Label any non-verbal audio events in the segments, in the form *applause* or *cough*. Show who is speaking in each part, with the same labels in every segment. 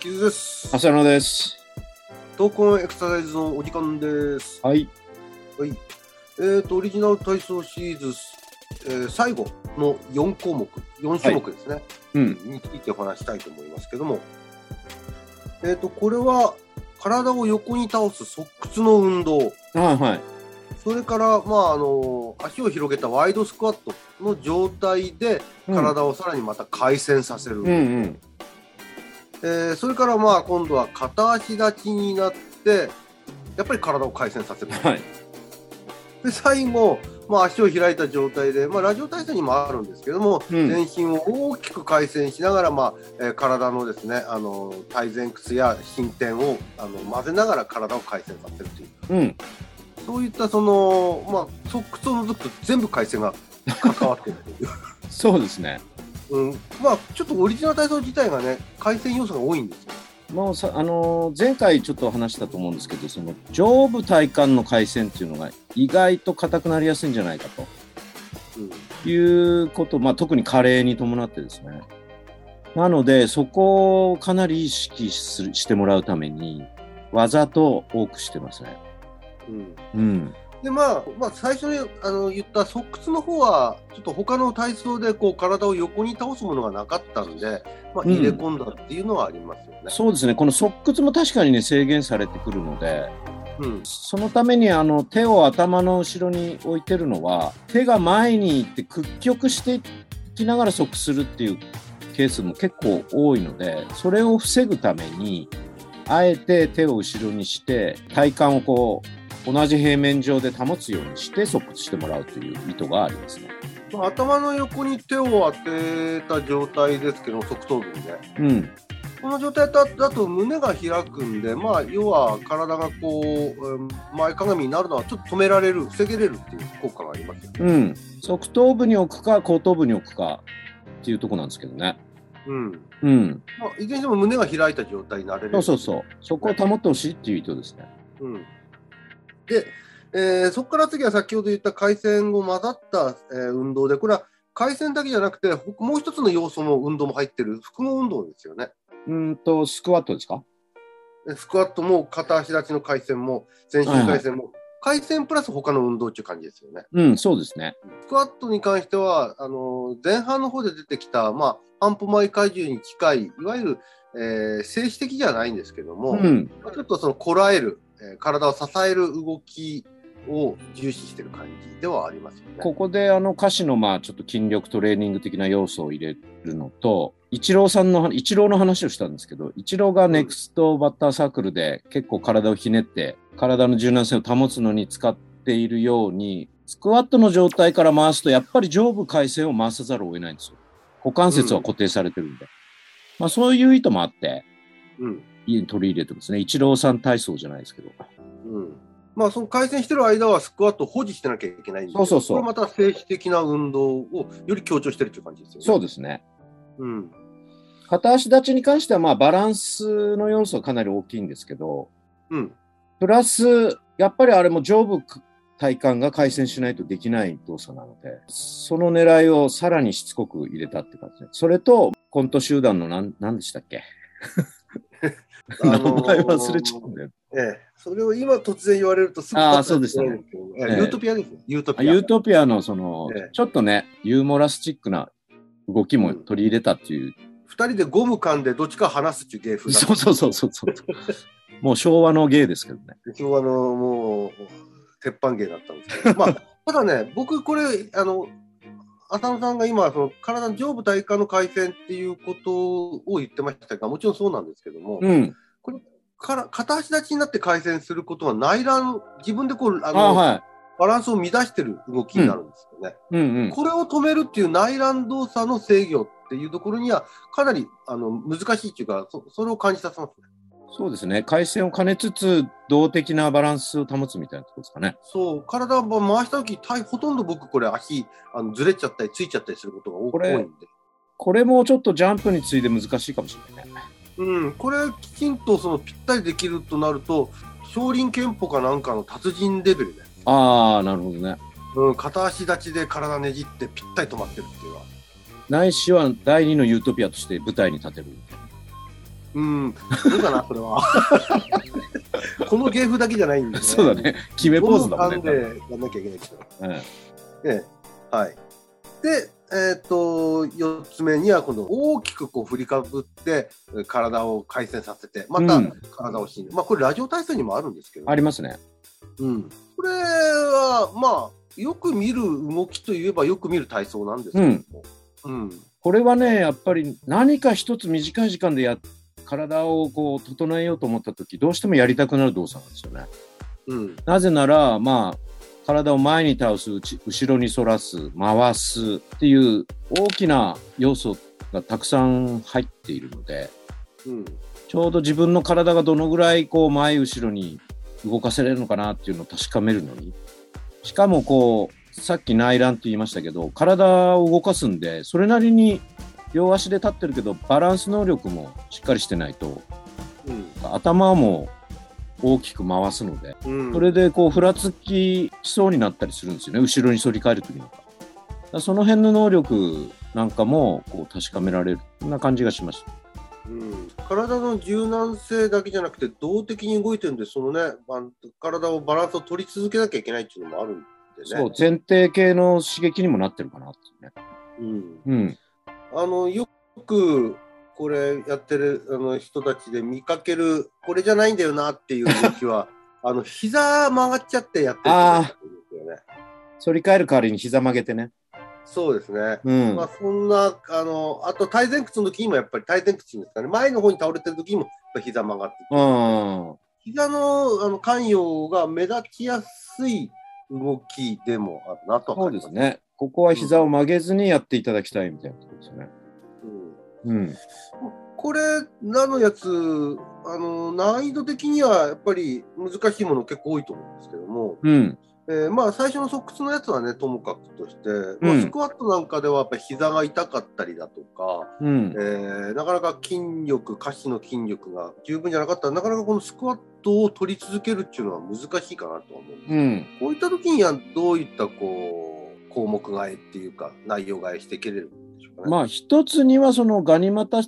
Speaker 1: キズです。
Speaker 2: 浅野です。
Speaker 1: 闘魂エクササイズのお時間です。
Speaker 2: はい。
Speaker 1: はい。えっ、と、オリジナル体操シリーズ、えー最後の4項目、4種目ですね、
Speaker 2: うん。
Speaker 1: についてお話したいと思いますけども、えっ、と、これは、体を横に倒す側屈の運動、
Speaker 2: はいはい。
Speaker 1: それから、まあ、あの、足を広げたワイドスクワットの状態で、体をさらにまた回旋させる。
Speaker 2: うんうん。
Speaker 1: えーそれからまあ今度は片足立ちになってやっぱり体を回旋させる
Speaker 2: はい。
Speaker 1: で最後、まあ、足を開いた状態で、まあ、ラジオ体操にもあるんですけども、
Speaker 2: うん
Speaker 1: 全身を大きく回旋しながら、まあえー体のですねあの体前屈や伸展をあの混ぜながら体を回旋させるという
Speaker 2: うん。
Speaker 1: そういったその、まあ、側屈を除く全部回旋が関わってるという、
Speaker 2: そうですね。
Speaker 1: うんまあ、ちょっとオリジナル体操自体がね回旋要素が多いんですよ。
Speaker 2: もうさ、あのー前回ちょっと話したと思うんですけど、その上部体幹の回線っていうのが意外と硬くなりやすいんじゃないか
Speaker 1: うん
Speaker 2: ということ、まあ特に加齢に伴ってですね。なので、そこをかなり意識するしてもらうために、わざと多くしてますね。
Speaker 1: うん
Speaker 2: うん。
Speaker 1: でまあ、まあ、最初にあの言った側屈の方はちょっと他の体操でこう体を横に倒すものがなかったんで、まあ、
Speaker 2: うん
Speaker 1: 入れ込んだっていうのはありますよね。
Speaker 2: そうですね。この側屈も確かにね、制限されてくるので、
Speaker 1: うん
Speaker 2: そのためにあの手を頭の後ろに置いてるのは手が前に行って屈曲していきながら即するっていうケースも結構多いのでそれを防ぐためにあえて手を後ろにして体幹をこう同じ平面上で保つようにして即屈してもらうという意図がありますね。
Speaker 1: まあ頭の横に手を当てた状態ですけど側頭部にね
Speaker 2: うん、
Speaker 1: この状態だだと胸が開くんで、まあ、要は体がこううん前かがみになるのはちょっと止められる防げれるっていう効果がありますよね。
Speaker 2: うん、側頭部に置くか後頭部に置くかっていうとこなんですけどね。
Speaker 1: うん
Speaker 2: うん、
Speaker 1: まあ、いずれにしても胸が開いた状態になれる
Speaker 2: そうそうそうそこを保ってほしいっていう意図ですね。
Speaker 1: うんで、えーそこから次は先ほど言った回線を混ざった、えー運動で、これは回線だけじゃなくて、ほもう一つの要素も運動も入ってる複合運動ですよね。
Speaker 2: うんとスクワットですか
Speaker 1: でスクワットも片足立ちの回線も全身回線も、回線プラス他の運動っていう感じですよね。
Speaker 2: うん、そうですね。
Speaker 1: スクワットに関しては、あの前半の方で出てきた、まあ、半歩前荷重に近い、いわゆる、えー静止的じゃないんですけども、
Speaker 2: うん、
Speaker 1: まあちょっとそのこらえる、えー体を支える動きを重視してる感じではありますよね。
Speaker 2: ここであの歌詞のまあちょっと筋力トレーニング的な要素を入れるのと、イチローさんの、イチローの話をしたんですけど、イチローがネクストバッターサークルで結構体をひねって、体の柔軟性を保つのに使っているように、スクワットの状態から回すと、やっぱり上部回線を回さざるを得ないんですよ。股関節は固定されてるんで。まあそういう意図もあって、
Speaker 1: うん
Speaker 2: いい取り入れてますね。イチローさん体操じゃないですけど。
Speaker 1: うんまあ、その回線してる間はスクワットを保持してなきゃいけないんで
Speaker 2: そうそうそう
Speaker 1: これまた静止的な運動をより強調してるっていう感じですよね。
Speaker 2: そう
Speaker 1: う
Speaker 2: ですね。
Speaker 1: うん
Speaker 2: 片足立ちに関しては、まあ、バランスの要素はかなり大きいんですけど、
Speaker 1: うん
Speaker 2: プラス、やっぱりあれも上部体幹が回旋しないとできない動作なので、その狙いをさらにしつこく入れたって感じで、それと、コント集団のなん、なんでしたっけ、
Speaker 1: あのー
Speaker 2: *laughs* 名前忘れちゃうんだよ。
Speaker 1: ええ、それを今突然言われるとすぐ
Speaker 2: あーそうでしたね
Speaker 1: パッと出てこないんですけどえ
Speaker 2: ええ
Speaker 1: えユートピアですね。ユート
Speaker 2: あ
Speaker 1: ピア。
Speaker 2: ユートピアのその、
Speaker 1: ええ
Speaker 2: ちょっとね、ユーモラスチックな動きも取り入れたっていう、
Speaker 1: 二人でゴム噛んでどっちか話すっていう芸風だった
Speaker 2: そうそうそうそうそう。 *laughs* もう昭和の芸ですけどね。
Speaker 1: 昭和のもう鉄板芸だったんですけど、
Speaker 2: *laughs*
Speaker 1: まあ、ただね、僕、これ、あの浅野さんが今、その体の上部体幹の回旋っていうことを言ってましたが、もちろんそうなんですけども、
Speaker 2: うん。
Speaker 1: から片足立ちになって回旋することは内乱、自分でこうあ
Speaker 2: あ
Speaker 1: の
Speaker 2: は
Speaker 1: バランスを乱してる動きになるんですよね。
Speaker 2: い。うんうん。
Speaker 1: これを止めるっていう内乱動作の制御っていうところには、かなりあの難しいっていうか、そそれを感じさせますね。
Speaker 2: そうですね。回線を兼ねつつ、動的なバランスを保つみたいなところですかね。
Speaker 1: そう、体を回したとき、体ほとんど僕、これ、足あのずれちゃったり、ついちゃったりすることが多
Speaker 2: こ
Speaker 1: 多い
Speaker 2: れ
Speaker 1: んで、
Speaker 2: これもちょっとジャンプに次いで難しいかもしれないね。
Speaker 1: うん、これきちんとそのぴったりできるとなると少林拳法かなんかの達人レベルね、
Speaker 2: ああ、なるほどね。
Speaker 1: うん、片足立ちで体ねじってぴったり止まってるっていうのは、
Speaker 2: ないしは第二のユートピアとして舞台に立てる。
Speaker 1: うん、どうかな、これは。この芸風だけじゃないんで、
Speaker 2: *laughs* そうだ。ね。決めポーズだも
Speaker 1: どの勘
Speaker 2: んね。
Speaker 1: でやんなきゃいけないけど。
Speaker 2: うん
Speaker 1: ええ、はい。で、えーっと4つ目にはこの大きくこう振りかぶってえー体を回転させてま
Speaker 2: う
Speaker 1: た
Speaker 2: ん
Speaker 1: 体を死ぬ、まあこれラジオ体操にもあるんですけど、
Speaker 2: ありますね。
Speaker 1: うん、これはまあよく見る動きといえばよく見る体操なんですけども、うん
Speaker 2: これはね、やっぱり何か一つ短い時間でや体をこう整えようと思った時どうしてもやりたくなる動作なんですよね。
Speaker 1: うん
Speaker 2: なぜなら、まあ、体を前に倒す、うち後ろに反らす、回すっていう大きな要素がたくさん入っているので、
Speaker 1: うん
Speaker 2: ちょうど自分の体がどのぐらいこう前後ろに動かせれるのかなっていうのを確かめるのに。しかもこう、さっき内乱って言いましたけど、体を動かすんで、それなりに両足で立ってるけど、バランス能力もしっかりしてないと、
Speaker 1: うん
Speaker 2: 頭も大きく回すので、
Speaker 1: うん、
Speaker 2: それでこうふらつきしそうになったりするんですよね後ろに反り返るときにだからその辺の能力なんかもこう確かめられるそんな感じがします
Speaker 1: うん、体の柔軟性だけじゃなくて動的に動いてるんでそのねバン体をバランスを取り続けなきゃいけないっていうのもあるんでね
Speaker 2: そう前提系の刺激にもなってるかなっていうね
Speaker 1: うん、
Speaker 2: うん
Speaker 1: あのよくこれやってるあの人たちで見かけるこれじゃないんだよなっていう動き
Speaker 2: *laughs*
Speaker 1: はあの膝曲がっちゃってやってる人たちがいるんですよね
Speaker 2: 反り返る代わりに膝曲げてね
Speaker 1: そうですね、
Speaker 2: うん、
Speaker 1: まあ、そんなあのあと体前屈の時にもやっぱり体前屈ですかね前の方に倒れてる時にもやっぱ膝曲がって
Speaker 2: うん
Speaker 1: 膝のあの関与が目立ちやすい動きでもあるなとは
Speaker 2: そう
Speaker 1: 感じ
Speaker 2: で、
Speaker 1: ます
Speaker 2: ねここは膝を曲げずにやっていただきたいみたいなことですよね
Speaker 1: うん
Speaker 2: うん
Speaker 1: これらのやつあの難易度的にはやっぱり難しいもの結構多いと思うんですけども、
Speaker 2: うん
Speaker 1: えーまあ最初の側屈のやつはねともかくとして、ま
Speaker 2: う
Speaker 1: あ、
Speaker 2: ん
Speaker 1: スクワットなんかではやっぱり膝が痛かったりだとか、
Speaker 2: うん
Speaker 1: えーなかなか筋力下肢の筋力が十分じゃなかったらなかなかこのスクワットを取り続けるっていうのは難しいかなとは思うんですけど
Speaker 2: うん
Speaker 1: こういった時にはどういったこう項目替えっていうか内容替えしていけれるんでしょうかね。
Speaker 2: まあ一つにはそのガニ股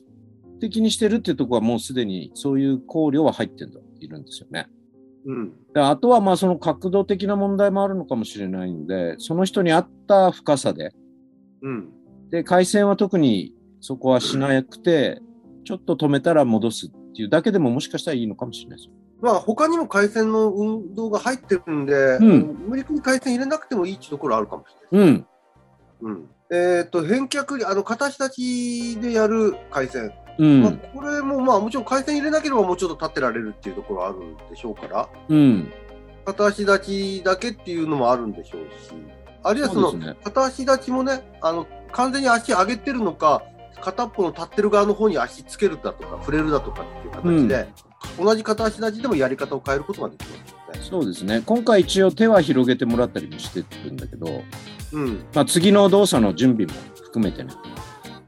Speaker 2: 的にしてるっていうところはもうすでにそういう考慮は入ってんだいるんですよね。
Speaker 1: うん
Speaker 2: であとはまあその角度的な問題もあるのかもしれないんでその人に合った深さで
Speaker 1: うん
Speaker 2: で回線は特にそこはしなくてちょっと止めたら戻すっていうだけでももしかしたらいいのかもしれないです。
Speaker 1: まあ他にも回線の運動が入ってるんで、
Speaker 2: うん
Speaker 1: 無理くり回線入れなくてもいいっていうところあるかもしれない。
Speaker 2: うん
Speaker 1: うんえっと返却あの片足立ちでやる回線、
Speaker 2: う
Speaker 1: まあ、
Speaker 2: ん
Speaker 1: これもまあもちろん回線入れなければもうちょっと立ってられるっていうところあるんでしょうから
Speaker 2: うん
Speaker 1: 片足立ちだけっていうのもあるんでしょうしあるいはその
Speaker 2: そうですね
Speaker 1: 片足立ちもねあの完全に足上げてるのか片っぽの立ってる側の方に足つけるだとか触れるだとかっていう形で、同じ片足立ちでもやり方を変えることができますよね。
Speaker 2: そうですね今回一応手は広げてもらったりもしてるんだけど、
Speaker 1: うん
Speaker 2: まあ、次の動作の準備も含めてね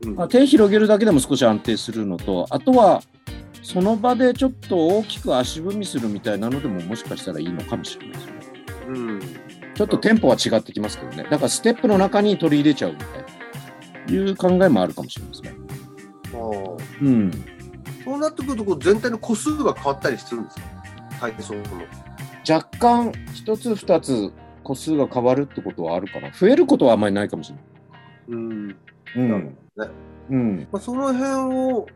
Speaker 1: うん
Speaker 2: まあ、手広げるだけでも少し安定するのとあとはその場でちょっと大きく足踏みするみたいなのでももしかしたらいいのかもしれないですね
Speaker 1: うん
Speaker 2: ちょっとテンポは違ってきますけどねだからステップの中に取り入れちゃうみたいないう考えもあるかもしれないですね
Speaker 1: あー
Speaker 2: うん
Speaker 1: そうなってくるとこう全体の個数が変わったりするんですか体操の。
Speaker 2: 若干一つ二つ個数が変わるってことはあるかな増えることはあんまりないかもしれない
Speaker 1: うん
Speaker 2: う
Speaker 1: なる
Speaker 2: ん、
Speaker 1: ほどね
Speaker 2: うん、
Speaker 1: まあ、その辺を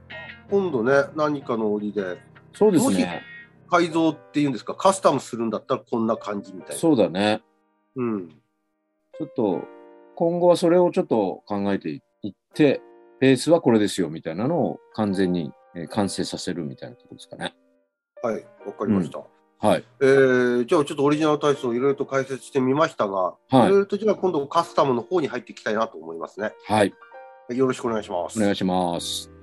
Speaker 1: 今度ね何かの折で
Speaker 2: そうですね
Speaker 1: 改造っていうんですかカスタムするんだったらこんな感じみたいな。
Speaker 2: そうだね
Speaker 1: うん
Speaker 2: ちょっと今後はそれをちょっと考えていって、ベースはこれですよみたいなのを完全にえー完成させるみたいなところですかね。
Speaker 1: はい、わかりました。
Speaker 2: はい。
Speaker 1: えーじゃあちょっとオリジナル体操をいろいろと解説してみましたが、
Speaker 2: はい
Speaker 1: いろいろとじゃあ今度カスタムの方に入っていきたいなと思いますね。
Speaker 2: はい。
Speaker 1: よろしくお願いします。
Speaker 2: お願いします。